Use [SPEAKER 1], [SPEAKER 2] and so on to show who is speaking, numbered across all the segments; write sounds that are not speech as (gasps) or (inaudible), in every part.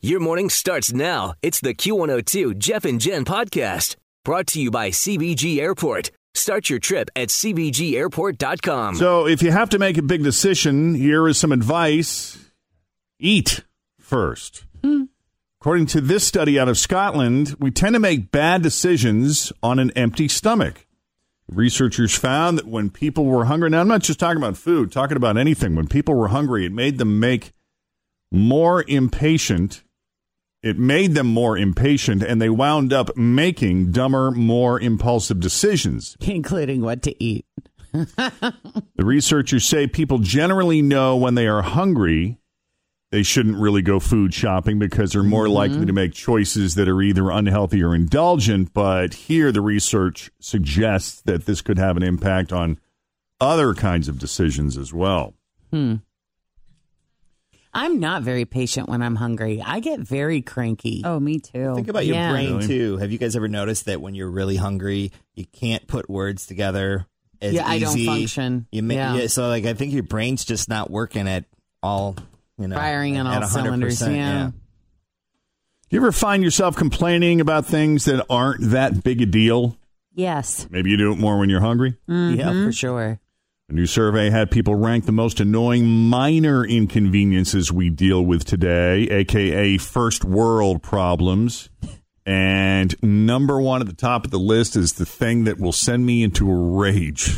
[SPEAKER 1] Your morning starts now. It's the Q102 Jeff and Jen podcast brought to you by CBG Airport. Start your trip at CBGAirport.com.
[SPEAKER 2] So, if you have to make a big decision, here is some advice eat first. According to this study out of Scotland, we tend to make bad decisions on an empty stomach. Researchers found that when people were hungry, now I'm not just talking about food, talking about anything. When people were hungry, it made them make more impatient. It made them more impatient, and they wound up making dumber, more impulsive decisions.
[SPEAKER 3] (laughs) including what to eat.
[SPEAKER 2] The researchers say people generally know when they are hungry they shouldn't really go food shopping because they're more likely to make choices that are either unhealthy or indulgent. But here, the research suggests that this could have an impact on other kinds of decisions as well.
[SPEAKER 3] I'm not very patient when I'm hungry. I get very cranky.
[SPEAKER 4] Oh, me too.
[SPEAKER 5] Think about your
[SPEAKER 3] Yeah.
[SPEAKER 5] brain
[SPEAKER 2] Really?
[SPEAKER 5] too. Have you guys ever noticed that when you're really hungry, you can't put words together as
[SPEAKER 3] Yeah, I don't
[SPEAKER 5] easy?
[SPEAKER 3] function.
[SPEAKER 5] You ma-
[SPEAKER 3] Yeah.
[SPEAKER 5] yeah. So like, I think your brain's just not working at all. You know,
[SPEAKER 3] Firing on
[SPEAKER 5] at
[SPEAKER 3] all cylinders,
[SPEAKER 5] 100%,
[SPEAKER 3] yeah.
[SPEAKER 2] Do you ever find yourself complaining about things that aren't that big a deal?
[SPEAKER 4] Yes.
[SPEAKER 2] Maybe you do it more when you're hungry.
[SPEAKER 3] Yeah, for sure.
[SPEAKER 2] A new survey had people rank the most annoying minor inconveniences we deal with today, aka first world problems. And number one at the top of the list is the thing that will send me into a rage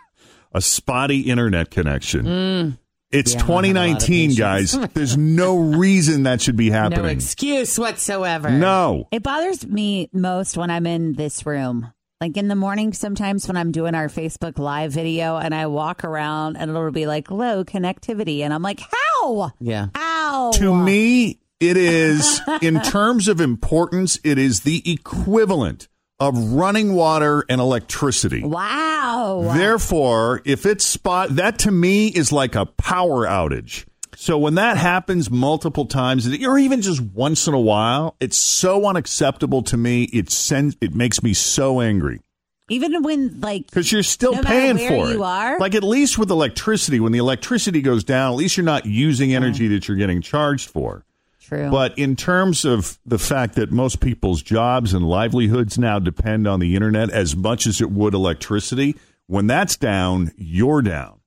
[SPEAKER 2] (laughs) a spotty internet connection. It's
[SPEAKER 3] Mm. Yeah, I have a lot of
[SPEAKER 2] 2019,
[SPEAKER 3] issues.
[SPEAKER 2] guys.
[SPEAKER 3] (laughs)
[SPEAKER 2] There's no reason that should be
[SPEAKER 3] No
[SPEAKER 2] happening.
[SPEAKER 3] excuse whatsoever.
[SPEAKER 2] No.
[SPEAKER 4] It bothers me most when I'm in this room. Like in the morning, sometimes when I'm doing our Facebook live video and I walk around and it'll be like low connectivity. And I'm like, how?
[SPEAKER 3] Yeah.
[SPEAKER 4] How?
[SPEAKER 2] To me, it is,
[SPEAKER 4] (laughs)
[SPEAKER 2] in terms of importance, it is the equivalent of running water and electricity.
[SPEAKER 4] Wow.
[SPEAKER 2] Therefore, if it's spot that to me is like a power outage. So when that happens multiple times, or even just once in a while, it's so unacceptable to me. It sends it makes me so angry
[SPEAKER 4] Even when, like,
[SPEAKER 2] because you're still
[SPEAKER 4] No matter
[SPEAKER 2] paying
[SPEAKER 4] where
[SPEAKER 2] for
[SPEAKER 4] you
[SPEAKER 2] it.
[SPEAKER 4] are.
[SPEAKER 2] Like at least with electricity, when the electricity goes down, at least you're not using energy that you're getting charged for.
[SPEAKER 4] true.
[SPEAKER 2] But in terms of the fact that most people's jobs and livelihoods now depend on the internet as much as it would electricity, when that's down, you're down.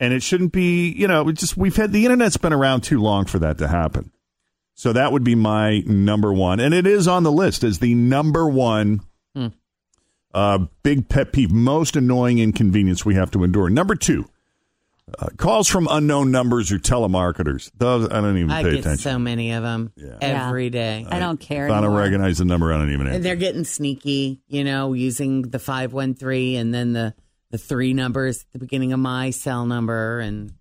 [SPEAKER 2] And it shouldn't be, you know, it's just we've had the internet's been around too long for that to happen. So that would be my number one. And it is on the list as the number one
[SPEAKER 3] Hmm.
[SPEAKER 2] uh, big pet peeve, most annoying inconvenience we have to endure. Number two, uh, calls from unknown numbers or telemarketers. Those I don't even
[SPEAKER 3] I
[SPEAKER 2] pay
[SPEAKER 3] get
[SPEAKER 2] attention.
[SPEAKER 3] so many of them
[SPEAKER 4] Yeah.
[SPEAKER 3] every day.
[SPEAKER 4] I don't care.
[SPEAKER 2] If I don't
[SPEAKER 4] anymore.
[SPEAKER 2] recognize the number. I don't even.
[SPEAKER 3] And
[SPEAKER 2] Answer.
[SPEAKER 3] they're getting sneaky, you know, using the 513 and then the, the three numbers at the beginning of my cell number. And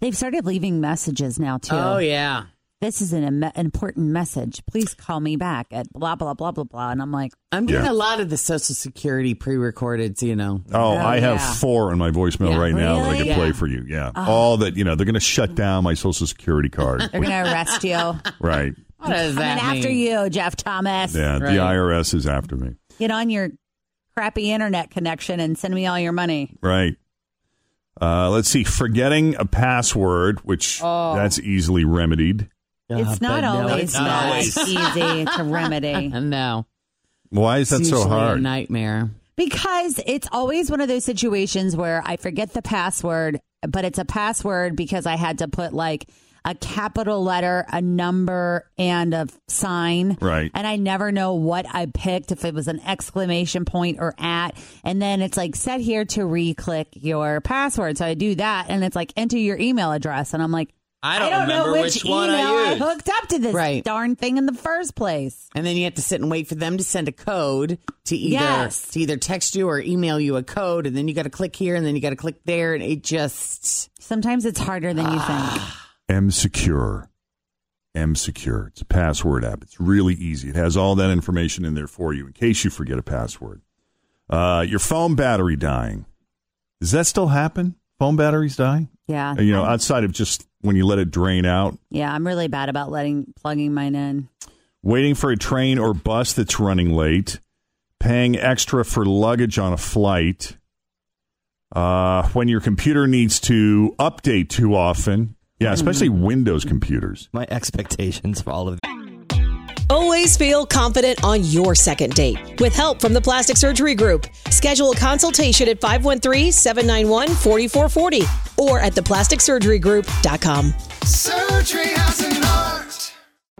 [SPEAKER 4] They've started leaving messages now, too.
[SPEAKER 3] oh, yeah.
[SPEAKER 4] This is an im- important message. Please call me back at blah, blah, blah, blah, blah. And I'm like,
[SPEAKER 3] I'm getting
[SPEAKER 2] Yeah.
[SPEAKER 3] a lot of the Social Security pre recordeds, you know.
[SPEAKER 2] Oh,
[SPEAKER 4] Oh,
[SPEAKER 2] I have
[SPEAKER 4] yeah.
[SPEAKER 2] four on my voicemail
[SPEAKER 3] Yeah.
[SPEAKER 2] right now that I
[SPEAKER 4] Really?
[SPEAKER 2] can play
[SPEAKER 3] Yeah.
[SPEAKER 2] for you. Yeah, all that you know. They're going to shut down my social security
[SPEAKER 4] (laughs)
[SPEAKER 2] card.
[SPEAKER 4] they're
[SPEAKER 3] (laughs)
[SPEAKER 4] going to arrest you. I'm
[SPEAKER 2] right?
[SPEAKER 3] What does that mean?
[SPEAKER 4] after you, Jeff Thomas.
[SPEAKER 2] Yeah,
[SPEAKER 3] Right.
[SPEAKER 2] the IRS is after me.
[SPEAKER 4] get on your crappy internet connection and send me all your money.
[SPEAKER 2] Right. Uh, let's see. Forgetting a password, which that's easily remedied.
[SPEAKER 4] it's not always
[SPEAKER 5] not
[SPEAKER 4] that
[SPEAKER 5] always.
[SPEAKER 4] easy
[SPEAKER 3] (laughs)
[SPEAKER 4] to remedy
[SPEAKER 3] No.
[SPEAKER 2] Why is that
[SPEAKER 3] It's
[SPEAKER 2] so
[SPEAKER 3] usually A
[SPEAKER 2] hard?
[SPEAKER 3] nightmare.
[SPEAKER 4] because it's always one of those situations where I forget the password, but it's a password because I had to put like a capital letter, a number, and a f- sign.
[SPEAKER 2] Right.
[SPEAKER 4] And I never know what I picked, if it was an exclamation point or at. And then it's like, set here to re click your password. So I do that and it's like, enter your email address. And I'm like,
[SPEAKER 5] I
[SPEAKER 4] I
[SPEAKER 5] don't,
[SPEAKER 4] don't
[SPEAKER 5] remember
[SPEAKER 4] know
[SPEAKER 5] which,
[SPEAKER 4] which,
[SPEAKER 5] one
[SPEAKER 4] email
[SPEAKER 5] I
[SPEAKER 4] I,
[SPEAKER 5] used.
[SPEAKER 4] hooked up to this
[SPEAKER 3] Right.
[SPEAKER 4] darn thing in the first place.
[SPEAKER 3] and then you have to sit and wait for them to send a code to either
[SPEAKER 4] Yes.
[SPEAKER 3] to either text you or email you a code, and then you got to click here, and then you got to click there, and it just
[SPEAKER 4] Sometimes it's harder than you think.
[SPEAKER 2] M Secure. M Secure. It's a password app. It's really easy. It has all that information in there for you in case you forget a password. Uh, your phone battery dying. Does that still happen? Phone batteries dying?
[SPEAKER 4] Uh, Yeah.
[SPEAKER 2] You know, outside of just when you let it drain out,
[SPEAKER 4] Yeah, I'm really bad about letting plugging mine in.
[SPEAKER 2] waiting for a train or bus that's running late, paying extra for luggage on a flight, uh, when your computer needs to update too often. Yeah, especially Windows computers.
[SPEAKER 5] My expectations for all of
[SPEAKER 6] Always feel confident on your second date. With help from the Plastic Surgery Group, schedule a consultation at 513 791 4440 or at theplasticsurgerygroup.com.
[SPEAKER 7] Surgery has an art.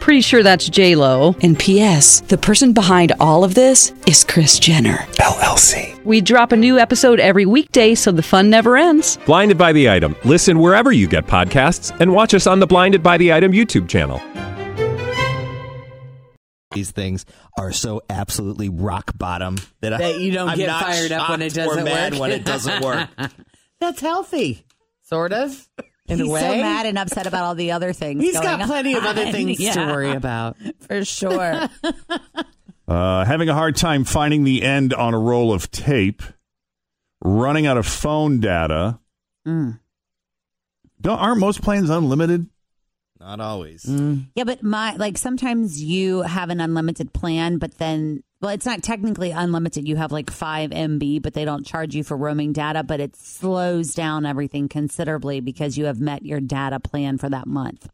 [SPEAKER 8] Pretty sure that's J Lo.
[SPEAKER 6] And P.S. The person behind all of this is Chris Jenner.
[SPEAKER 9] LLC.
[SPEAKER 8] We drop a new episode every weekday, so the fun never ends.
[SPEAKER 9] Blinded by the item. Listen wherever you get podcasts, and watch us on the Blinded by the Item YouTube channel.
[SPEAKER 5] these things are so absolutely rock bottom that, I,
[SPEAKER 3] That you don't
[SPEAKER 5] I'm
[SPEAKER 3] get
[SPEAKER 5] not
[SPEAKER 3] fired up when it
[SPEAKER 5] shocked or
[SPEAKER 3] doesn't
[SPEAKER 5] mad
[SPEAKER 3] work.
[SPEAKER 5] when it doesn't
[SPEAKER 3] (laughs)
[SPEAKER 5] work.
[SPEAKER 3] That's healthy, sort of, in
[SPEAKER 4] He's
[SPEAKER 3] a way.
[SPEAKER 4] so mad and upset about all the other things.
[SPEAKER 3] He's
[SPEAKER 4] going
[SPEAKER 3] got plenty of other (laughs)
[SPEAKER 4] on. (laughs)
[SPEAKER 3] things to
[SPEAKER 4] Yeah,
[SPEAKER 3] worry about.
[SPEAKER 4] for sure.
[SPEAKER 2] Uh, having a hard time finding the end on a roll of tape, running out of phone data. Don't, aren't most plans unlimited?
[SPEAKER 5] Not always.
[SPEAKER 4] yeah, but my like sometimes you have an unlimited plan, but then well, it's not technically unlimited. You have like five MB, but they don't charge you for roaming data, but it slows down everything considerably because you have met your data plan for that month.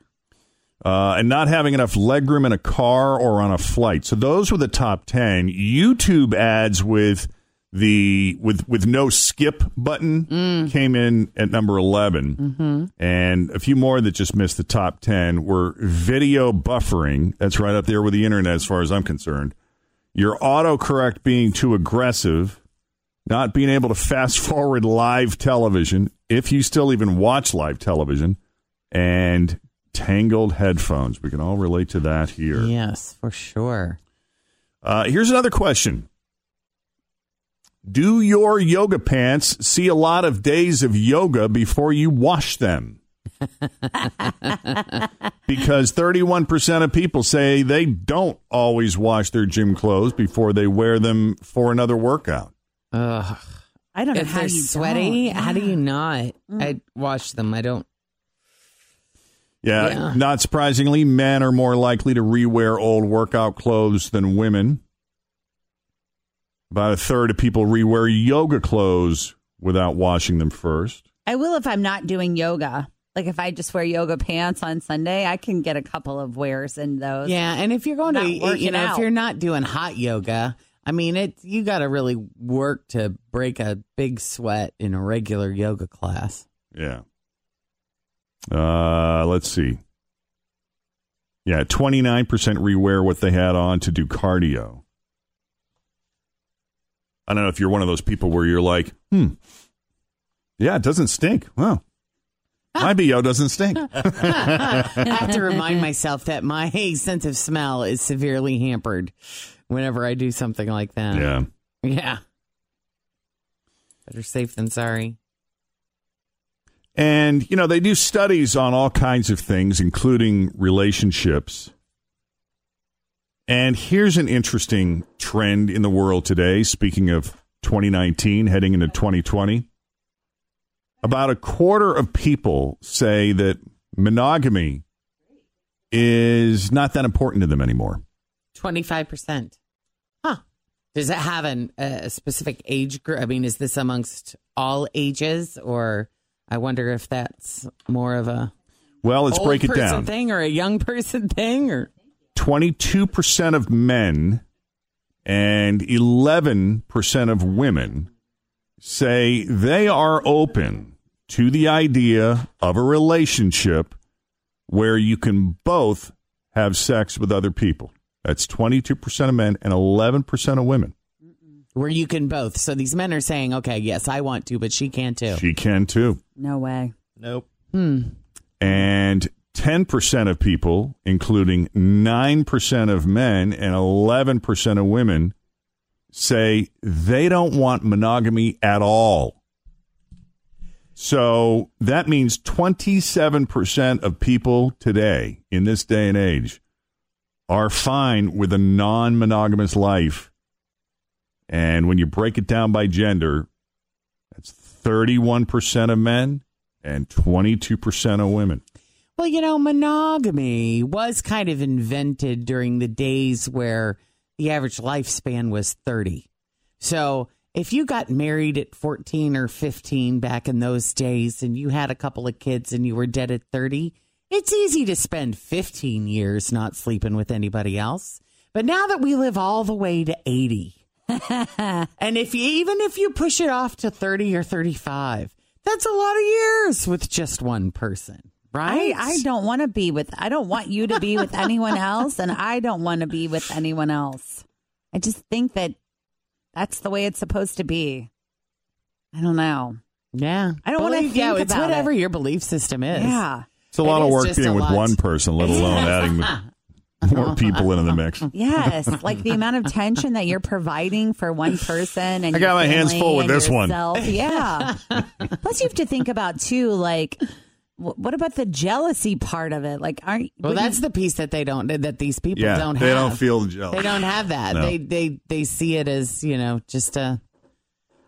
[SPEAKER 2] uh, and not having enough legroom in a car or on a flight. So those were the top ten. YouTube ads with the with with no skip button came in at number 11 and a few more that just missed the top ten were video buffering. That's right up there with the internet, as far as I'm concerned. Your autocorrect being too aggressive, not being able to fast (laughs) forward live television if you still even watch live television and tangled headphones. We can all relate to that here.
[SPEAKER 3] Yes, for sure.
[SPEAKER 2] Uh, here's another question Do your yoga pants see a lot of days of yoga before you wash them? because 31% of people say they don't always wash their gym clothes before they wear them for another workout.
[SPEAKER 3] Ugh.
[SPEAKER 4] I don't Mm.
[SPEAKER 3] If they're sweaty, how do you not?
[SPEAKER 4] (laughs)
[SPEAKER 3] I wash them. I don't.
[SPEAKER 2] Yeah,
[SPEAKER 3] Yeah.
[SPEAKER 2] not surprisingly, men are more likely to rewear old workout clothes than women. About a third of people rewear yoga clothes without washing them first.
[SPEAKER 4] I will if I'm not doing yoga. Like if I just wear yoga pants on Sunday, I can get a couple of wears in those.
[SPEAKER 3] Yeah, and if you're going
[SPEAKER 4] Not
[SPEAKER 3] to, you
[SPEAKER 4] working
[SPEAKER 3] know,
[SPEAKER 4] out.
[SPEAKER 3] if you're not doing hot yoga, I mean, it's you got to really work to break a big sweat in a regular yoga class.
[SPEAKER 2] Yeah. Uh, let's see. Yeah, 29% rewear what they had on to do cardio. I don't know if you're one of those people where you're like, hmm, yeah, it doesn't stink. Well, my BO doesn't stink.
[SPEAKER 3] I have to remind myself that
[SPEAKER 4] (laughs)
[SPEAKER 3] my sense of smell is severely hampered whenever I do something like that.
[SPEAKER 2] Yeah.
[SPEAKER 3] Yeah. Better safe than sorry.
[SPEAKER 2] And, you know, they do studies on all kinds of things, including relationships. And here's an interesting trend in the world today. Speaking of 2019, heading into 2020, about a quarter of people say that monogamy is not that important to them anymore.
[SPEAKER 3] 25%. Huh. Does it have an, a specific age group? I mean, is this amongst all ages or I wonder if that's more of a
[SPEAKER 2] Well, let's
[SPEAKER 3] old
[SPEAKER 2] break it
[SPEAKER 3] person
[SPEAKER 2] down.
[SPEAKER 3] thing or a young (laughs) person thing or
[SPEAKER 2] 22% of men and 11% of women say they are open to the idea of a relationship where you can both have sex with other people. That's 22% of men and 11% of women.
[SPEAKER 3] where you can both. So these men are saying, okay, yes, I want to, but she can too.
[SPEAKER 2] She can too.
[SPEAKER 4] No way.
[SPEAKER 5] Nope.
[SPEAKER 3] hmm.
[SPEAKER 2] And 10% of people, including 9% of men and 11% of women, say they don't want monogamy at all. So that means 27% of people today, in this day and age, are fine with a non monogamous life. And when you break it down by gender, that's 31% of men and 22% of women.
[SPEAKER 3] Well, you know, monogamy was kind of invented during the days where the average lifespan was 30. So if you got married at 14 or 15 back in those days and you had a couple of kids and you were dead at 30, it's easy to spend 15 years not sleeping with anybody else. But now that we live all the way to
[SPEAKER 4] (laughs)
[SPEAKER 3] 80, and if you, even if you push it off to 30 or 35, that's a lot of years with just one person,
[SPEAKER 4] I,
[SPEAKER 3] right?
[SPEAKER 4] I don't want to be with, I don't want you to be with anyone else, and I don't want to be with anyone else. I just think that that's the way it's supposed to be. I don't know.
[SPEAKER 3] Yeah.
[SPEAKER 4] I don't wanna
[SPEAKER 3] Believe-
[SPEAKER 4] think
[SPEAKER 3] Yeah, it's
[SPEAKER 4] about
[SPEAKER 3] whatever
[SPEAKER 4] it.
[SPEAKER 3] your belief system is.
[SPEAKER 4] Yeah.
[SPEAKER 2] It's a lot
[SPEAKER 3] It
[SPEAKER 2] of
[SPEAKER 3] is
[SPEAKER 2] work
[SPEAKER 3] just a
[SPEAKER 2] being with
[SPEAKER 3] lot.
[SPEAKER 2] one person, let
[SPEAKER 3] (laughs)
[SPEAKER 2] alone adding more people into the mix. (laughs)
[SPEAKER 4] Yes. like the amount of tension that you're providing for one person. And
[SPEAKER 2] I got
[SPEAKER 4] your
[SPEAKER 2] my hands
[SPEAKER 4] family
[SPEAKER 2] full with
[SPEAKER 4] and
[SPEAKER 2] this one. (laughs)
[SPEAKER 4] yourself. Yeah. Plus, you have to think about, too, like, wh- what about the jealousy part of it? Like, aren't
[SPEAKER 3] Well,
[SPEAKER 4] wouldn't-
[SPEAKER 3] that's the piece that they don't that these people
[SPEAKER 2] Yeah,
[SPEAKER 3] don't
[SPEAKER 2] they
[SPEAKER 3] have.
[SPEAKER 2] don't feel jealous.
[SPEAKER 3] They don't have that.
[SPEAKER 2] No.
[SPEAKER 3] They they they see it as, you know, just a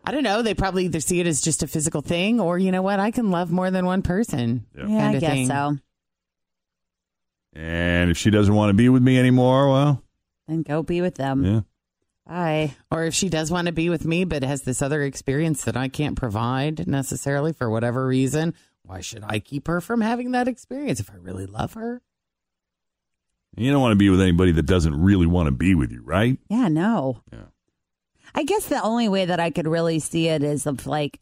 [SPEAKER 3] I don't know, they probably either see it as just a physical thing or you know what, I can love more than one person.
[SPEAKER 4] yeah, I
[SPEAKER 3] kinda
[SPEAKER 4] guess
[SPEAKER 3] thing.
[SPEAKER 4] so.
[SPEAKER 2] And if she doesn't want to be with me anymore, well,
[SPEAKER 4] Then go be with them.
[SPEAKER 2] yeah.
[SPEAKER 4] Bye.
[SPEAKER 3] Or if she does want to be with me but has this other experience that I can't provide necessarily for whatever reason, why should I keep her from having that experience if I really love her?
[SPEAKER 2] You don't want to be with anybody that doesn't really want to be with you, right?
[SPEAKER 4] Yeah, no.
[SPEAKER 2] Yeah.
[SPEAKER 4] I guess the only way that I could really see it is of like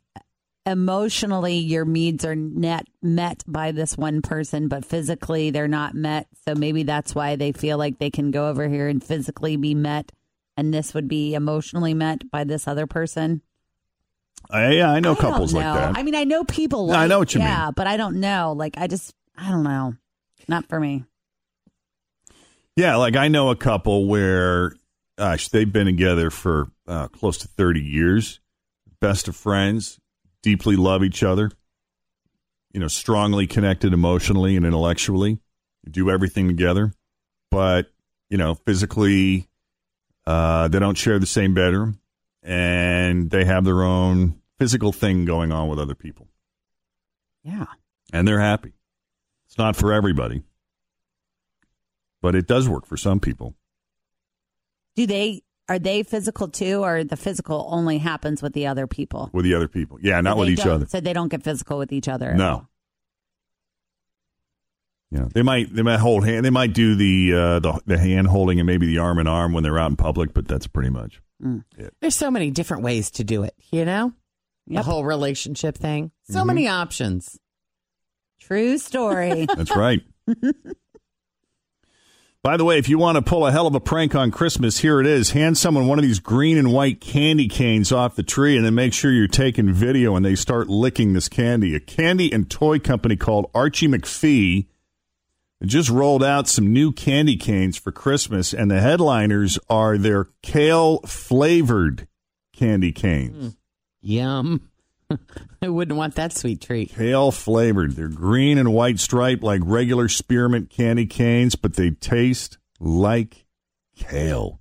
[SPEAKER 4] emotionally your needs are net met by this one person, but physically they're not met. So maybe that's why they feel like they can go over here and physically be met and this would be emotionally met by this other person.
[SPEAKER 2] I, yeah, I know
[SPEAKER 4] I don't
[SPEAKER 2] Oh, couples like
[SPEAKER 4] know.
[SPEAKER 2] that.
[SPEAKER 4] I mean, I know people
[SPEAKER 2] No, I
[SPEAKER 4] like
[SPEAKER 2] know what you
[SPEAKER 4] yeah,
[SPEAKER 2] mean.
[SPEAKER 4] but I don't know. Like I just I don't know. Not for me.
[SPEAKER 2] yeah, like I know a couple where, gosh, they've been together for uh, close to 30 years, best of friends, deeply love each other, you know, strongly connected emotionally and intellectually, do everything together. But, you know, physically, uh, they don't share the same bedroom and they have their own physical thing going on with other people.
[SPEAKER 4] Yeah.
[SPEAKER 2] and they're happy. It's not for everybody, but it does work for some people.
[SPEAKER 4] Do they are they physical too or the physical only happens with the other people?
[SPEAKER 2] With the other people, yeah, not
[SPEAKER 4] So
[SPEAKER 2] with
[SPEAKER 4] they
[SPEAKER 2] each
[SPEAKER 4] don't-
[SPEAKER 2] other.
[SPEAKER 4] So they don't get physical with each other. at
[SPEAKER 2] No.
[SPEAKER 4] all.
[SPEAKER 2] You know, they might they might hold hand. They might do the uh, the the hand holding and maybe the arm in arm when they're out in public, but that's pretty much.
[SPEAKER 3] There's so many different ways to do it, you know?
[SPEAKER 4] Yep.
[SPEAKER 3] The whole relationship thing. So
[SPEAKER 2] Mm-hmm.
[SPEAKER 3] many options.
[SPEAKER 4] True story.
[SPEAKER 2] That's right. By the way, if you want to pull a hell of a prank on Christmas, here it is. Hand someone one of these green and white candy canes off the tree and then make sure you're taking video and they start licking this candy. A candy and toy company called Archie McPhee just rolled out some new candy canes for Christmas, and the headliners are their kale flavored candy canes.
[SPEAKER 3] Yum. (laughs) I wouldn't want that sweet treat.
[SPEAKER 2] Pale flavored. They're green and white striped like regular spearmint candy canes, but they taste like kale.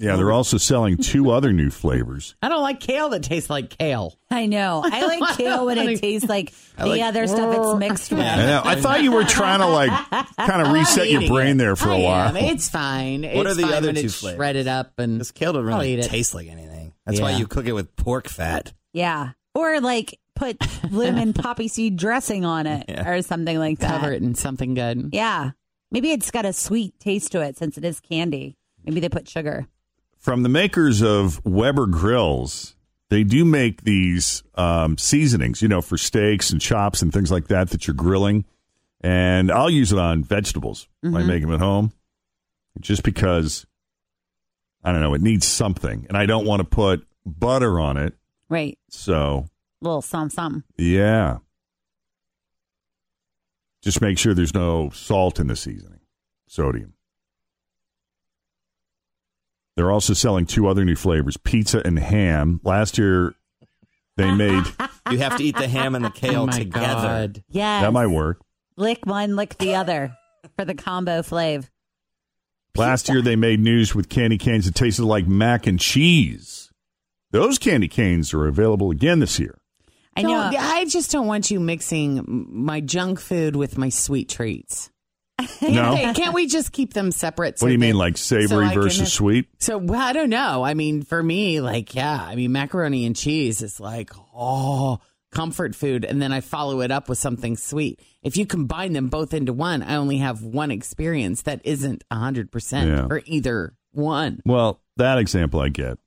[SPEAKER 2] Yeah, they're also selling
[SPEAKER 3] (laughs)
[SPEAKER 2] two other new flavors.
[SPEAKER 3] I don't like kale that tastes like kale.
[SPEAKER 4] I know. I like kale when it tastes like the
[SPEAKER 3] like-
[SPEAKER 4] other stuff it's mixed with.
[SPEAKER 2] I, know. I thought you were trying to like kind of reset your
[SPEAKER 3] eating
[SPEAKER 2] brain
[SPEAKER 3] it.
[SPEAKER 2] there for
[SPEAKER 3] I
[SPEAKER 2] a while.
[SPEAKER 3] am. It's fine. What
[SPEAKER 5] are the other
[SPEAKER 3] when
[SPEAKER 5] two
[SPEAKER 3] it's
[SPEAKER 5] flavors?
[SPEAKER 3] Shred it up and
[SPEAKER 5] This kale doesn't
[SPEAKER 3] I'll
[SPEAKER 5] really
[SPEAKER 3] eat it.
[SPEAKER 5] taste like anything. That's why
[SPEAKER 3] Yeah.
[SPEAKER 5] you cook it with pork fat.
[SPEAKER 4] Yeah. Or like put lemon poppy seed dressing on it or something like that.
[SPEAKER 3] Cover it in something good.
[SPEAKER 4] Yeah. Maybe it's got a sweet taste to it since it is candy. Maybe they put sugar.
[SPEAKER 2] From the makers of Weber Grills, they do make these um, seasonings, you know, for steaks and chops and things like that that you're grilling. And I'll use it on vegetables when I make them at home just because, I don't know, it needs something. And I don't want to put butter on it.
[SPEAKER 4] Right.
[SPEAKER 2] So,
[SPEAKER 4] little something something.
[SPEAKER 2] yeah. Just make sure there's no salt in the seasoning, sodium. They're also selling two other new flavors pizza and ham. Last year,
[SPEAKER 3] (laughs)
[SPEAKER 2] they made
[SPEAKER 5] You have to eat the ham and the
[SPEAKER 3] Oh
[SPEAKER 5] kale
[SPEAKER 3] my
[SPEAKER 5] together.
[SPEAKER 3] God.
[SPEAKER 4] Yes.
[SPEAKER 2] that might work.
[SPEAKER 4] Lick one, lick the other for the combo flav.
[SPEAKER 2] Last year, they made news with candy canes that tasted like mac and cheese. Those candy canes are available again this year.
[SPEAKER 4] I
[SPEAKER 3] No,
[SPEAKER 4] know.
[SPEAKER 3] I just don't want you mixing m- my junk food with my sweet
[SPEAKER 4] (laughs)
[SPEAKER 3] treats.
[SPEAKER 2] No?
[SPEAKER 3] Okay, can't we just keep them separate? so
[SPEAKER 2] What do you
[SPEAKER 3] that-
[SPEAKER 2] mean, like
[SPEAKER 3] so
[SPEAKER 2] savory
[SPEAKER 3] I can-
[SPEAKER 2] versus sweet?
[SPEAKER 3] So well, I don't know. I mean, for me, like, yeah, I mean, macaroni and cheese is like, oh, comfort food, and then I follow it up with something sweet. If you combine them both into one, I only have one experience that isn't hundred
[SPEAKER 2] Yeah.
[SPEAKER 3] percent for either one.
[SPEAKER 2] Well, that example I get.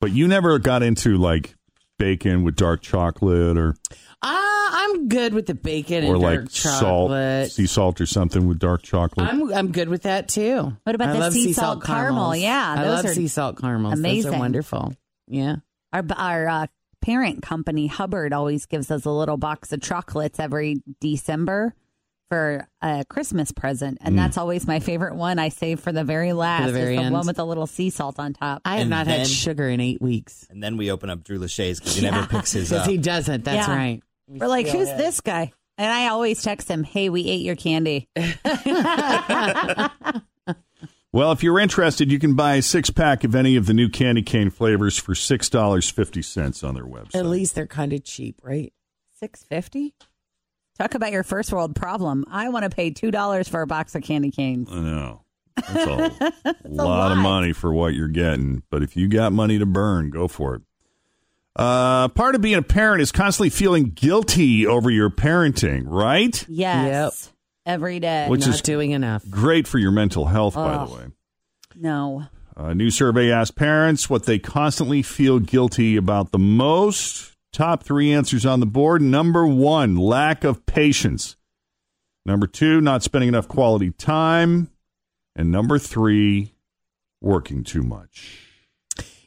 [SPEAKER 2] But you never got into like bacon with dark chocolate or
[SPEAKER 3] Ah, I'm good with the bacon
[SPEAKER 2] or
[SPEAKER 3] and
[SPEAKER 2] like
[SPEAKER 3] dark
[SPEAKER 2] salt,
[SPEAKER 3] chocolate.
[SPEAKER 2] sea salt or something with dark chocolate.
[SPEAKER 3] I'm I'm good with that too.
[SPEAKER 4] What about
[SPEAKER 3] I
[SPEAKER 4] the
[SPEAKER 3] love
[SPEAKER 4] sea salt caramel?
[SPEAKER 3] caramels.
[SPEAKER 4] Yeah,
[SPEAKER 3] I
[SPEAKER 4] those
[SPEAKER 3] love
[SPEAKER 4] are
[SPEAKER 3] sea salt caramels. Those
[SPEAKER 4] amazing.
[SPEAKER 3] are wonderful. Yeah.
[SPEAKER 4] Our our uh, parent company Hubbard always gives us a little box of chocolates every December for a Christmas present, and that's always my favorite one. I save for the very last, is
[SPEAKER 3] Mm. very
[SPEAKER 4] the
[SPEAKER 3] end.
[SPEAKER 4] one with the little sea salt on top.
[SPEAKER 3] I have
[SPEAKER 5] And
[SPEAKER 3] not
[SPEAKER 5] then-
[SPEAKER 3] had sugar in eight weeks
[SPEAKER 5] And then we open up Drew Lachey's because he never
[SPEAKER 3] (laughs)
[SPEAKER 5] picks his
[SPEAKER 3] because
[SPEAKER 5] up.
[SPEAKER 3] he doesn't. That's
[SPEAKER 4] Yeah.
[SPEAKER 3] right.
[SPEAKER 4] We're like, who's this guy? And I always text him, "Hey, we ate your candy."
[SPEAKER 2] Well, if you're interested, you can buy a six pack of any of the new candy cane flavors for six dollars fifty cents on their website.
[SPEAKER 3] At least they're kind of cheap, right?
[SPEAKER 4] Six fifty. Talk about your first world problem. I want to pay two dollars for a box of candy canes.
[SPEAKER 2] I know. That's (laughs) a lot, of money for what you're getting. But if you got money to burn, go for it. Uh, part of being a parent is constantly feeling guilty over your parenting, right?
[SPEAKER 4] Yes, every day.
[SPEAKER 2] Which
[SPEAKER 3] not
[SPEAKER 2] is-
[SPEAKER 3] doing enough.
[SPEAKER 2] Great for your mental health, by the
[SPEAKER 4] Ugh.
[SPEAKER 2] way.
[SPEAKER 4] no,
[SPEAKER 2] A new survey asked parents what they constantly feel guilty about the most. Top three answers on the board. Number one, lack of patience. Number two, not spending enough quality time. And number three, working too much.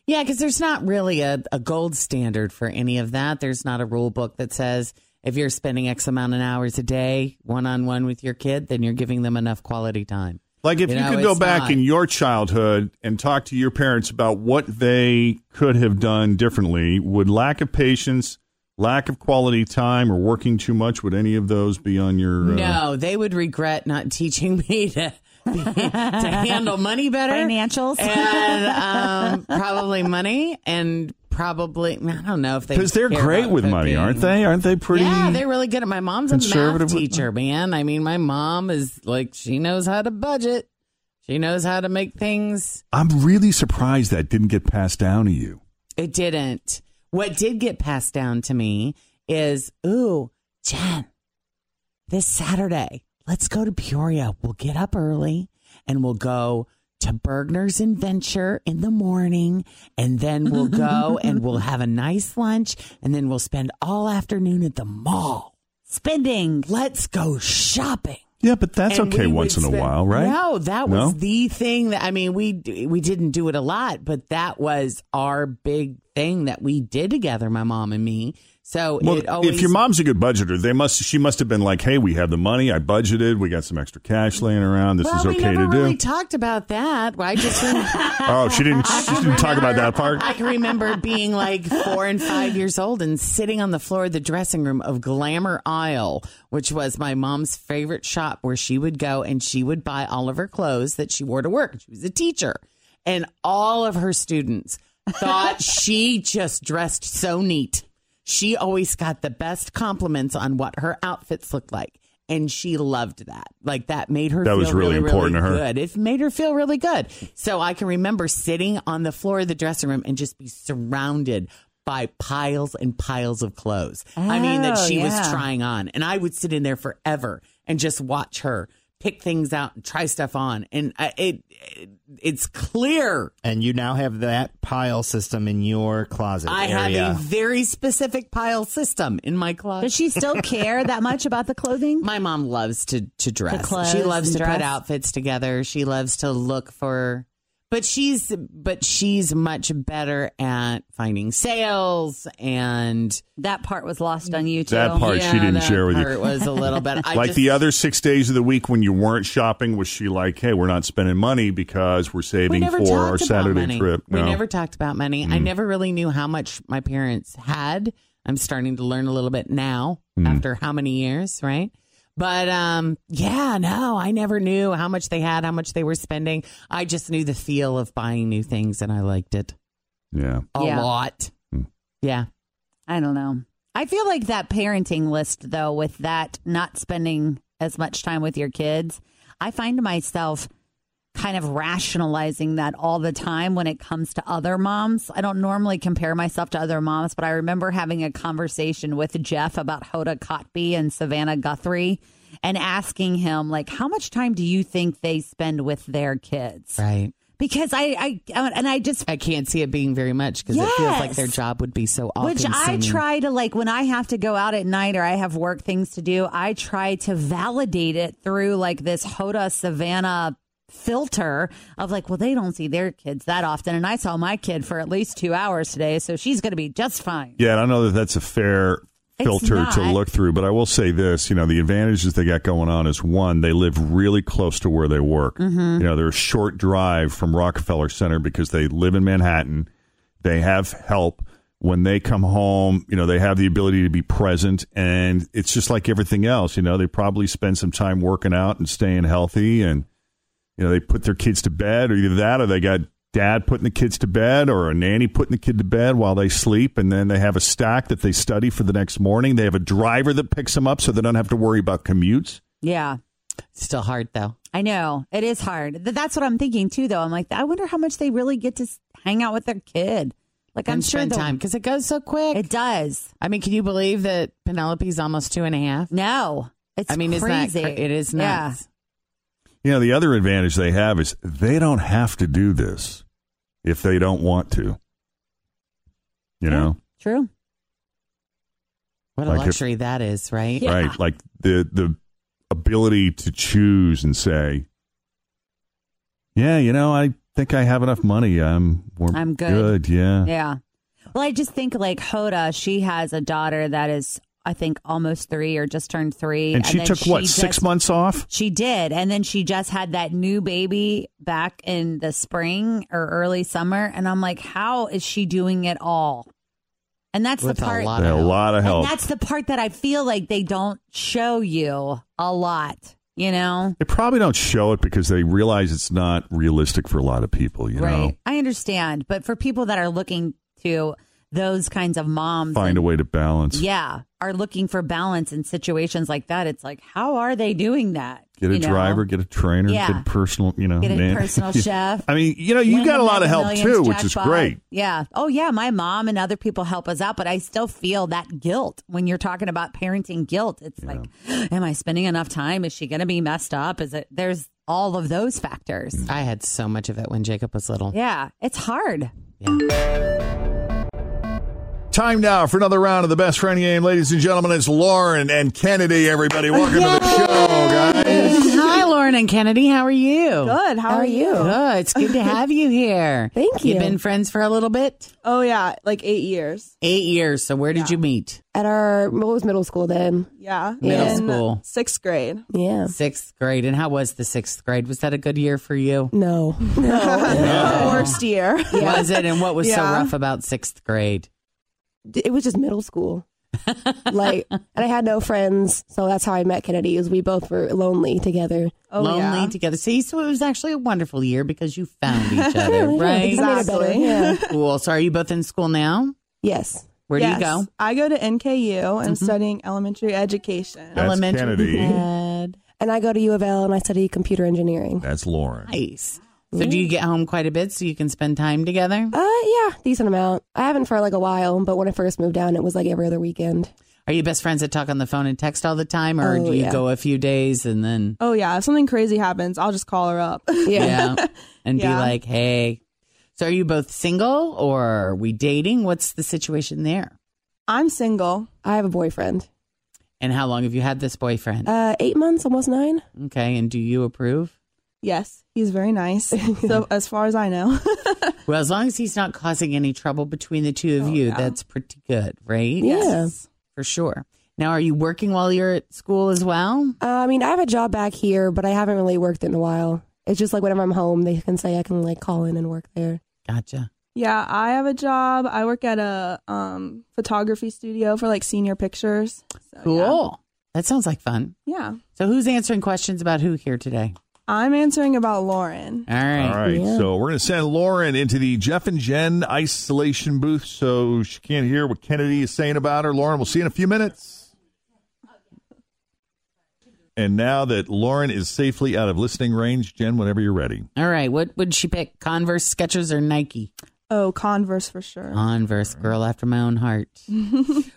[SPEAKER 3] Yeah, because there's not really a, a gold standard for any of that. There's not a rule book that says if you're spending X amount of hours a day one on one with your kid, then you're giving them enough quality time.
[SPEAKER 2] Like if you,
[SPEAKER 3] You know,
[SPEAKER 2] could go
[SPEAKER 3] it's
[SPEAKER 2] back
[SPEAKER 3] not.
[SPEAKER 2] in your childhood and talk to your parents about what they could have done differently, would lack of patience, lack of quality time, or working too much, would any of those be on your? Uh,
[SPEAKER 3] No, they would regret not teaching (laughs) me to to handle money better, (laughs)
[SPEAKER 4] Financials?
[SPEAKER 3] and um, probably money, and probably I don't know if they
[SPEAKER 2] Because they're
[SPEAKER 3] care
[SPEAKER 2] great
[SPEAKER 3] about
[SPEAKER 2] with money,
[SPEAKER 3] cooking.
[SPEAKER 2] aren't they? Aren't they pretty?
[SPEAKER 3] yeah, they're really good at. My mom's a
[SPEAKER 2] conservative
[SPEAKER 3] math
[SPEAKER 2] with-
[SPEAKER 3] teacher, man. I mean, my mom is like she knows how to budget. She knows how to make things.
[SPEAKER 2] I'm really surprised that didn't get passed down to you.
[SPEAKER 3] It didn't. What did get passed down to me is, ooh, Jen, this Saturday, let's go to Peoria. We'll get up early and we'll go to Bergner's Adventure in the morning. And then we'll go and we'll have a nice lunch. And then we'll spend all afternoon at the mall.
[SPEAKER 4] spending.
[SPEAKER 3] Let's go shopping.
[SPEAKER 2] Yeah, but that's
[SPEAKER 3] And
[SPEAKER 2] okay
[SPEAKER 3] we
[SPEAKER 2] once in
[SPEAKER 3] would
[SPEAKER 2] a
[SPEAKER 3] spend-
[SPEAKER 2] while, right?
[SPEAKER 3] No, that
[SPEAKER 2] No?
[SPEAKER 3] was the thing that I mean, we d- we didn't do it a lot, but that was our big thing that we did together, my mom and me. So
[SPEAKER 2] Well,
[SPEAKER 3] it always
[SPEAKER 2] if your mom's a good budgeter, they must. She must have been like, "Hey, we have the money. I budgeted. We got some extra cash laying around. This
[SPEAKER 3] well,
[SPEAKER 2] is
[SPEAKER 3] we
[SPEAKER 2] okay
[SPEAKER 3] never
[SPEAKER 2] to
[SPEAKER 3] really
[SPEAKER 2] do."
[SPEAKER 3] talked about that. Well, I just (laughs) rem-
[SPEAKER 2] oh, she
[SPEAKER 3] (laughs)
[SPEAKER 2] didn't. She didn't talk about that part.
[SPEAKER 3] I can remember being like four and five years old and sitting on the floor of the dressing room of Glamour Isle, which was my mom's favorite shop where she would go and she would buy all of her clothes that she wore to work. She was a teacher. And all of her students
[SPEAKER 2] (laughs)
[SPEAKER 3] thought she just dressed so neat. She always got the best compliments on what her outfits looked like. And she loved that. Like that made her
[SPEAKER 2] That
[SPEAKER 3] feel
[SPEAKER 2] was really important to her.
[SPEAKER 3] good good. It made her feel really good. So I can remember sitting on the floor of the dressing room and just be surrounded by piles and piles of clothes. I mean, that
[SPEAKER 4] Oh,
[SPEAKER 3] she was
[SPEAKER 4] yeah.
[SPEAKER 3] trying on. And I would sit in there forever and just watch her pick things out and try stuff on. And I, it, it it's clear.
[SPEAKER 5] and you now have that pile system in your closet
[SPEAKER 3] I
[SPEAKER 5] area.
[SPEAKER 3] have a very specific pile system in my closet.
[SPEAKER 4] Does she still care that much about the clothing?
[SPEAKER 3] My mom loves to to dress.
[SPEAKER 4] clothes
[SPEAKER 3] she loves
[SPEAKER 4] and
[SPEAKER 3] to put
[SPEAKER 4] dress?
[SPEAKER 3] outfits together. She loves to look for.
[SPEAKER 5] But she's but she's much better at finding sales and
[SPEAKER 3] that part was lost on you too.
[SPEAKER 2] That part she didn't
[SPEAKER 5] that
[SPEAKER 2] share with you.
[SPEAKER 5] part was a
[SPEAKER 2] (laughs)
[SPEAKER 5] little bit I
[SPEAKER 2] like
[SPEAKER 5] just-
[SPEAKER 2] the other six days of the week when you weren't shopping, was she like, "Hey, we're not spending money because we're
[SPEAKER 5] we
[SPEAKER 2] saving
[SPEAKER 5] never
[SPEAKER 2] for
[SPEAKER 5] talked
[SPEAKER 2] our
[SPEAKER 5] about
[SPEAKER 2] Saturday
[SPEAKER 5] money.
[SPEAKER 2] trip"?
[SPEAKER 5] We
[SPEAKER 2] No. Mm.
[SPEAKER 5] never talked about money. I never really knew how much my parents had. I'm starting to learn a little bit now
[SPEAKER 2] Mm.
[SPEAKER 5] after how many years, right? But um, yeah, no, I never knew how much they had, how much they were spending. I just knew the feel of buying new things, and I liked it
[SPEAKER 2] yeah,
[SPEAKER 5] a
[SPEAKER 3] Yeah.
[SPEAKER 5] lot.
[SPEAKER 2] Mm.
[SPEAKER 5] Yeah,
[SPEAKER 3] I don't know. I feel like that parenting list, though, with that not spending as much time with your kids, I find myself kind of rationalizing that all the time when it comes to other moms. I don't normally compare myself to other moms, but I remember having a conversation with Jeff about Hoda Kotb and Savannah Guthrie and asking him, like, how much time do you think they spend with their kids?
[SPEAKER 5] right.
[SPEAKER 3] Because I, I, and I just
[SPEAKER 5] I can't see it being very much because it feels like
[SPEAKER 3] Yes.
[SPEAKER 5] their job would be so all
[SPEAKER 3] which I
[SPEAKER 5] consuming.
[SPEAKER 3] try to like when I have to go out at night or I have work things to do, I try to validate it through like this Hoda Savannah filter of like, well, they don't see their kids that often. And I saw my kid for at least two hours today, so she's going to be just fine.
[SPEAKER 2] Yeah, I don't know that that's a fair
[SPEAKER 3] It's
[SPEAKER 2] filter to
[SPEAKER 3] not.
[SPEAKER 2] look through, but I will say this: you know, the advantages they got going on is one, they live really close to where they work.
[SPEAKER 3] Mm-hmm.
[SPEAKER 2] You know, they're a short drive from Rockefeller Center because they live in Manhattan. They have help when they come home. You know, they have the ability to be present, and it's just like everything else. You know, they probably spend some time working out and staying healthy, and you know, they put their kids to bed, or either that, or they got dad putting the kids to bed, or a nanny putting the kid to bed while they sleep, and then they have a stack that they study for the next morning. They have a driver that picks them up, so they don't have to worry about commutes.
[SPEAKER 3] Yeah.
[SPEAKER 5] Still hard though.
[SPEAKER 3] I know it is hard. Th- That's what I'm thinking too, though. I'm like, I wonder how much they really get to s- hang out with their kid. Like, I'm
[SPEAKER 5] and
[SPEAKER 3] sure
[SPEAKER 5] spend
[SPEAKER 3] the-
[SPEAKER 5] time because it goes so quick.
[SPEAKER 3] It does.
[SPEAKER 5] I mean, can you believe that Penelope's almost two and a half?
[SPEAKER 3] No, it's.
[SPEAKER 5] I mean,
[SPEAKER 3] crazy.
[SPEAKER 5] it's not. It is
[SPEAKER 3] Yeah.
[SPEAKER 5] nuts.
[SPEAKER 2] You know, the other advantage they have is they don't have to do this if they don't want to. You know,
[SPEAKER 3] True.
[SPEAKER 5] What a
[SPEAKER 2] Like if-
[SPEAKER 5] luxury that is, right?
[SPEAKER 3] Yeah.
[SPEAKER 2] right? Like the the ability to choose and say, "Yeah, you know, I think I have enough money. I'm we're
[SPEAKER 3] I'm good."
[SPEAKER 2] good. Yeah,
[SPEAKER 3] Yeah. Well, I just think like Hoda, she has a daughter that is, I think, almost three or just turned three.
[SPEAKER 2] And she
[SPEAKER 3] then
[SPEAKER 2] took what
[SPEAKER 3] just-
[SPEAKER 2] six months off?
[SPEAKER 3] She did. And then she just had that new baby back in the spring or early summer. And I'm like, how is she doing it all? And that's
[SPEAKER 5] With
[SPEAKER 3] the
[SPEAKER 5] a
[SPEAKER 3] part.
[SPEAKER 5] lot
[SPEAKER 2] They had a
[SPEAKER 5] help.
[SPEAKER 2] lot of help.
[SPEAKER 3] And that's the part that I feel like they don't show you a lot, you know?
[SPEAKER 2] They probably don't show it because they realize it's not realistic for a lot of people. You know,
[SPEAKER 3] I understand. But for people that are looking to those kinds of moms
[SPEAKER 2] find a way to balance.
[SPEAKER 3] yeah, are looking for balance in situations like that. It's like, how are they doing that?
[SPEAKER 2] Get a
[SPEAKER 3] You know?
[SPEAKER 2] driver, get a trainer,
[SPEAKER 3] Yeah.
[SPEAKER 2] get a personal, you know,
[SPEAKER 3] Get a
[SPEAKER 2] man. (laughs)
[SPEAKER 3] personal chef.
[SPEAKER 2] I mean, you know, you
[SPEAKER 3] Win
[SPEAKER 2] got a
[SPEAKER 3] the
[SPEAKER 2] lot of
[SPEAKER 3] Mega
[SPEAKER 2] help
[SPEAKER 3] Millions
[SPEAKER 2] too, which is
[SPEAKER 3] jackpot.
[SPEAKER 2] great.
[SPEAKER 3] Yeah. Oh, yeah. My mom and other people help us out, but I still feel that guilt when you're talking about parenting guilt. It's like, (gasps) am I spending enough time? Is she going to be messed up? Is it, there's all of those factors.
[SPEAKER 2] Mm.
[SPEAKER 5] I had so much of it when Jacob was little.
[SPEAKER 3] Yeah. It's hard.
[SPEAKER 2] Time now for another round of the best friend game, ladies and gentlemen. It's Lauren and Kennedy. Everybody, welcome to the show, guys.
[SPEAKER 3] (laughs)
[SPEAKER 5] Hi, Lauren and Kennedy. How are you?
[SPEAKER 4] Good. How, are, you?
[SPEAKER 5] Good. It's good to have you here.
[SPEAKER 4] Thank
[SPEAKER 5] You've
[SPEAKER 4] you.
[SPEAKER 5] been friends for a little bit?
[SPEAKER 4] Oh yeah, like eight years
[SPEAKER 5] Eight years. So where did you meet?
[SPEAKER 4] at our what was middle school then? Yeah,
[SPEAKER 5] Middle
[SPEAKER 4] in
[SPEAKER 5] school.
[SPEAKER 4] sixth grade. Yeah.
[SPEAKER 5] Sixth grade. And how was the sixth grade? Was that a good year for you?
[SPEAKER 4] No, no, worst year.
[SPEAKER 5] (laughs) Was it? And what was so
[SPEAKER 4] Yeah.
[SPEAKER 5] rough about sixth grade?
[SPEAKER 4] It was just
[SPEAKER 5] (laughs)
[SPEAKER 4] middle school. like, and I had no friends, so that's how I met Kennedy. Is we both were lonely together.
[SPEAKER 10] Oh,
[SPEAKER 5] Lonely together. See, so it was actually a wonderful year because you
[SPEAKER 3] (laughs)
[SPEAKER 5] found
[SPEAKER 4] (laughs)
[SPEAKER 5] each other, right?
[SPEAKER 4] Exactly. Yeah.
[SPEAKER 5] Cool. So are you both in school now?
[SPEAKER 4] yes.
[SPEAKER 5] Where
[SPEAKER 4] Yes.
[SPEAKER 5] do you go? Mm-hmm.
[SPEAKER 4] I go to NKU. I'm studying elementary education,
[SPEAKER 2] That's Kennedy.
[SPEAKER 3] (laughs)
[SPEAKER 5] ed.
[SPEAKER 4] and I go to U of L and I study computer engineering.
[SPEAKER 2] That's Lauren.
[SPEAKER 5] Nice. So do you get home quite a bit so you can spend time together?
[SPEAKER 4] Uh, yeah, decent amount. I haven't for like a while, but when I first moved down, it was like every other weekend.
[SPEAKER 5] Are you best friends that talk on the phone and text all the time, or
[SPEAKER 4] Oh,
[SPEAKER 5] do you
[SPEAKER 4] yeah.
[SPEAKER 5] go a (laughs) few days and then
[SPEAKER 4] Oh yeah, if something crazy happens, I'll just call her up. (laughs) Yeah.
[SPEAKER 5] yeah, and be
[SPEAKER 4] Yeah.
[SPEAKER 5] like, hey? So are you both single or are we dating? What's the situation there?
[SPEAKER 4] I'm single. I have a boyfriend.
[SPEAKER 5] And how long have you had this boyfriend?
[SPEAKER 4] Uh, eight months, almost nine.
[SPEAKER 5] okay, and do you approve?
[SPEAKER 10] Yes, he's very
[SPEAKER 4] (laughs)
[SPEAKER 10] nice. so as far as I know,
[SPEAKER 3] Well, as long as he's not causing any trouble between the two of you, that's pretty good, right?
[SPEAKER 11] Yes.
[SPEAKER 3] For sure. Now, are you working while you're at school as well?
[SPEAKER 11] Uh, I mean, I have a job back here, but I haven't really worked in a while. It's just like whenever I'm home, they can say I can like call in and work there.
[SPEAKER 3] Gotcha.
[SPEAKER 10] yeah, I have a job. I work at a um, photography studio for like senior pictures. So,
[SPEAKER 3] Cool. That sounds like fun.
[SPEAKER 10] Yeah,
[SPEAKER 3] So, who's answering questions about who here today?
[SPEAKER 10] I'm answering about Lauren.
[SPEAKER 3] All right.
[SPEAKER 2] All right.
[SPEAKER 10] Yeah.
[SPEAKER 2] So we're going to send Lauren into the Jeff and Jen isolation booth so she can't hear what Kennedy is saying about her. Lauren, we'll see you in a few minutes. And now that Lauren is safely out of listening range, Jen, whenever you're ready.
[SPEAKER 3] All right. What would she pick? Converse, Skechers, or Nike?
[SPEAKER 10] Oh, Converse for sure.
[SPEAKER 3] Converse, girl after my
[SPEAKER 10] (laughs)
[SPEAKER 3] own heart.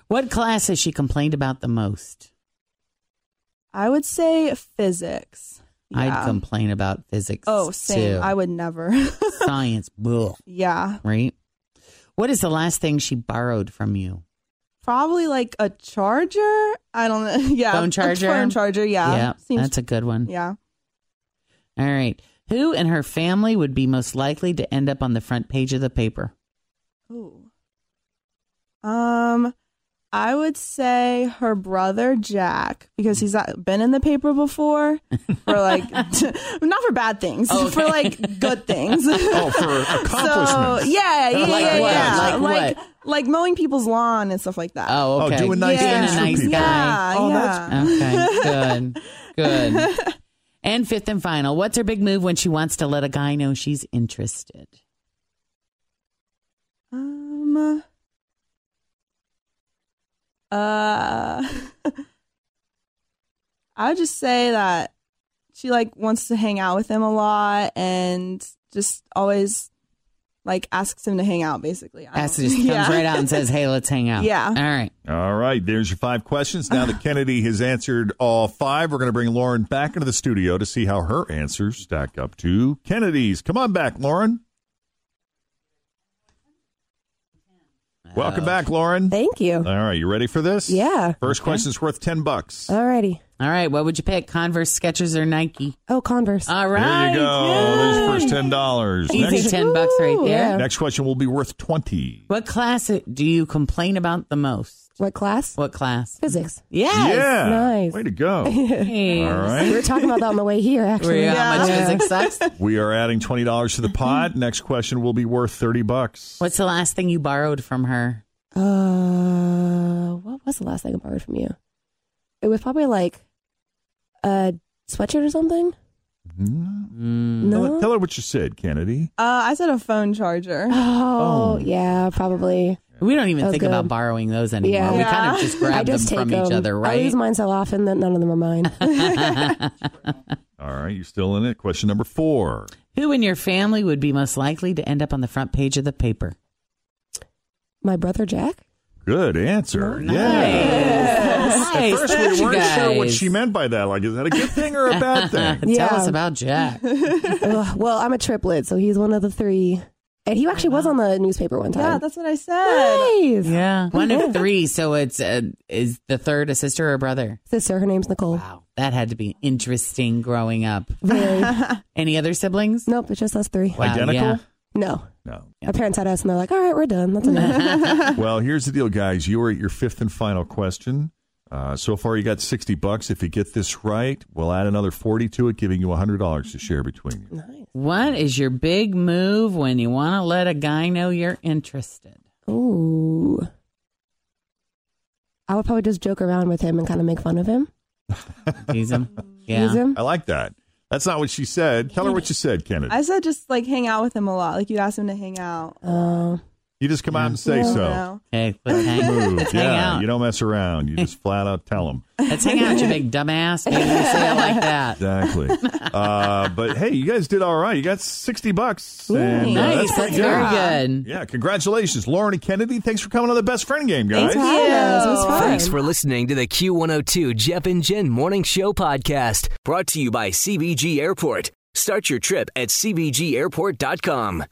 [SPEAKER 3] what class has she complained about the most?
[SPEAKER 10] I would say physics.
[SPEAKER 3] I'd complain about physics.
[SPEAKER 10] Oh, same.
[SPEAKER 3] too.
[SPEAKER 10] I (laughs) would never.
[SPEAKER 3] Science, bull.
[SPEAKER 10] yeah,
[SPEAKER 3] Right. What is the last thing she borrowed from you?
[SPEAKER 10] probably like a charger. I don't know. (laughs) Yeah,
[SPEAKER 3] Phone
[SPEAKER 10] a
[SPEAKER 3] charger?
[SPEAKER 10] phone charger. Yeah,
[SPEAKER 3] Yeah,
[SPEAKER 10] Seems-
[SPEAKER 3] that's a good one.
[SPEAKER 10] Yeah.
[SPEAKER 3] All right. Who in her family would be most likely to end up on the front page of the paper?
[SPEAKER 10] Ooh. Um, I would say her brother Jack because he's uh, been in the paper
[SPEAKER 3] (laughs)
[SPEAKER 10] before for like (laughs) not for bad things, for
[SPEAKER 3] (laughs)
[SPEAKER 10] like good things.
[SPEAKER 2] Oh,
[SPEAKER 10] (laughs)
[SPEAKER 2] for
[SPEAKER 10] So
[SPEAKER 2] accomplishments.
[SPEAKER 10] Oh, yeah, yeah,
[SPEAKER 3] Like
[SPEAKER 10] yeah,
[SPEAKER 3] what?
[SPEAKER 10] yeah.
[SPEAKER 3] Like
[SPEAKER 10] like, like mowing people's lawn and stuff like that.
[SPEAKER 3] Oh, okay.
[SPEAKER 2] doing nice
[SPEAKER 3] Being
[SPEAKER 2] things
[SPEAKER 3] a
[SPEAKER 2] for
[SPEAKER 3] nice
[SPEAKER 2] people.
[SPEAKER 3] guy.
[SPEAKER 10] Yeah, yeah.
[SPEAKER 3] Okay, good, good. And fifth and final, what's her big move when she wants to let a guy know she's interested?
[SPEAKER 10] Um. Uh. (laughs) I would just say that she like wants to hang out with him a lot and just always like asks him to hang out. Basically, I
[SPEAKER 11] (laughs)
[SPEAKER 3] Ashley
[SPEAKER 10] don't- (laughs)
[SPEAKER 3] just comes
[SPEAKER 10] Yeah.
[SPEAKER 3] right out and says, "Hey, let's hang out."
[SPEAKER 10] Yeah.
[SPEAKER 3] All right.
[SPEAKER 2] All right. There's your five questions. Now that Kennedy has answered all five, we're going to bring Lauren back into the studio to see how her answers stack up to Kennedy's. Come on back, Lauren. Welcome back, Lauren.
[SPEAKER 11] Thank you.
[SPEAKER 2] All right. You ready for this?
[SPEAKER 11] Yeah.
[SPEAKER 2] First question's worth 10 bucks.
[SPEAKER 11] Alrighty.
[SPEAKER 3] All right. What would you pick? Converse, Skechers, or Nike?
[SPEAKER 11] Oh,
[SPEAKER 9] Uh,
[SPEAKER 11] Converse.
[SPEAKER 3] All
[SPEAKER 2] There
[SPEAKER 3] right.
[SPEAKER 2] you go. There's your first ten dollars.
[SPEAKER 3] Easy
[SPEAKER 2] Next,
[SPEAKER 3] ten bucks right there.
[SPEAKER 2] next question will be worth twenty.
[SPEAKER 3] What class do you complain about the most?
[SPEAKER 11] What class?
[SPEAKER 3] What class?
[SPEAKER 11] Physics.
[SPEAKER 3] Yes.
[SPEAKER 2] Yeah.
[SPEAKER 11] Nice.
[SPEAKER 2] Way to
[SPEAKER 11] (laughs)
[SPEAKER 2] go.
[SPEAKER 3] Hey.
[SPEAKER 2] All
[SPEAKER 11] We
[SPEAKER 2] right.
[SPEAKER 11] were talking about that on the way here, actually.
[SPEAKER 3] Really, How much physics sucks?
[SPEAKER 2] We are adding twenty
[SPEAKER 11] (laughs)
[SPEAKER 2] dollars to the pot. Next question will be worth thirty bucks.
[SPEAKER 3] What's the last thing you borrowed from her?
[SPEAKER 11] Uh, what was the last thing I borrowed from you? It was probably like a sweatshirt or something.
[SPEAKER 2] Tell,
[SPEAKER 11] No.
[SPEAKER 2] her- tell her what you said, Kennedy.
[SPEAKER 10] Uh, I said a phone charger.
[SPEAKER 11] Oh,
[SPEAKER 2] Oh.
[SPEAKER 11] yeah, probably.
[SPEAKER 3] We don't even
[SPEAKER 11] Oh,
[SPEAKER 3] think
[SPEAKER 11] good.
[SPEAKER 3] about borrowing those anymore.
[SPEAKER 11] Yeah.
[SPEAKER 3] We kind of just
[SPEAKER 11] I
[SPEAKER 3] grab
[SPEAKER 11] just
[SPEAKER 3] them
[SPEAKER 11] take
[SPEAKER 3] from
[SPEAKER 11] them.
[SPEAKER 3] each other,
[SPEAKER 11] I
[SPEAKER 3] right?
[SPEAKER 11] lose mine so often that none of them are mine.
[SPEAKER 2] All right, you're still in it. Question number four.
[SPEAKER 3] Who in your family would be most likely to end up on the front page of the paper?
[SPEAKER 11] My brother Jack.
[SPEAKER 2] Good answer. Yeah.
[SPEAKER 3] Oh, Nice.
[SPEAKER 2] At first,
[SPEAKER 3] Thank
[SPEAKER 2] we
[SPEAKER 3] you
[SPEAKER 2] weren't sure what
[SPEAKER 3] guys.
[SPEAKER 2] she meant by that. Like, is that a good thing or a
[SPEAKER 3] (laughs)
[SPEAKER 2] bad thing?
[SPEAKER 11] Yeah.
[SPEAKER 3] Tell us about Jack.
[SPEAKER 11] (laughs) Ugh, well, I'm a triplet, so he's one of the three. And he actually was on the newspaper one time.
[SPEAKER 10] Yeah, that's what I said.
[SPEAKER 11] nice.
[SPEAKER 3] yeah, one of three. So it's uh, is the third a sister or a brother?
[SPEAKER 11] Sister, her name's Nicole.
[SPEAKER 3] Wow, that had to be interesting growing up.
[SPEAKER 10] (laughs)
[SPEAKER 11] Very.
[SPEAKER 3] Any other siblings?
[SPEAKER 11] nope, it's just us three.
[SPEAKER 3] Wow,
[SPEAKER 2] Identical?
[SPEAKER 3] yeah.
[SPEAKER 11] No.
[SPEAKER 2] No.
[SPEAKER 11] My parents had us, and they're like, all right, we're done. That's
[SPEAKER 10] (laughs)
[SPEAKER 11] enough.
[SPEAKER 3] (laughs)
[SPEAKER 2] well, here's the deal, guys. You are at your fifth and final question. Uh, so far, you got 60 bucks. If you get this right, we'll add another 40 to it, giving you $100 to share between you.
[SPEAKER 3] What is your big move when you want to let a guy know you're interested?
[SPEAKER 11] Ooh. I would probably just joke around with him and kind of make fun of him.
[SPEAKER 3] Tease him. Yeah.
[SPEAKER 11] Use him.
[SPEAKER 2] I like that. That's not what she said. Tell her what you said, Kennedy.
[SPEAKER 10] I said just like hang out with him a lot. Like you ask him to hang out.
[SPEAKER 11] Uh,
[SPEAKER 2] You just come out and say
[SPEAKER 10] I don't
[SPEAKER 2] so.
[SPEAKER 10] know.
[SPEAKER 3] Hey, let's (laughs) hang,
[SPEAKER 2] Move.
[SPEAKER 3] let's hang
[SPEAKER 2] yeah,
[SPEAKER 3] out.
[SPEAKER 2] you don't mess around. You just flat out tell them.
[SPEAKER 3] Let's hang out, you big dumbass. Maybe you say it like that. (laughs)
[SPEAKER 2] Exactly. uh, but hey, you guys did all right. You got 60 bucks. and, uh,
[SPEAKER 3] Nice. That's
[SPEAKER 2] pretty
[SPEAKER 3] very good.
[SPEAKER 2] Yeah, congratulations, Lauren and Kennedy. Thanks for coming on the best friend game, guys.
[SPEAKER 11] thanks for having us. It was fun.
[SPEAKER 1] Thanks for listening to the Q102 Jeff and Jen Morning Show podcast, brought to you by CBG Airport. Start your trip at CBGAirport.com.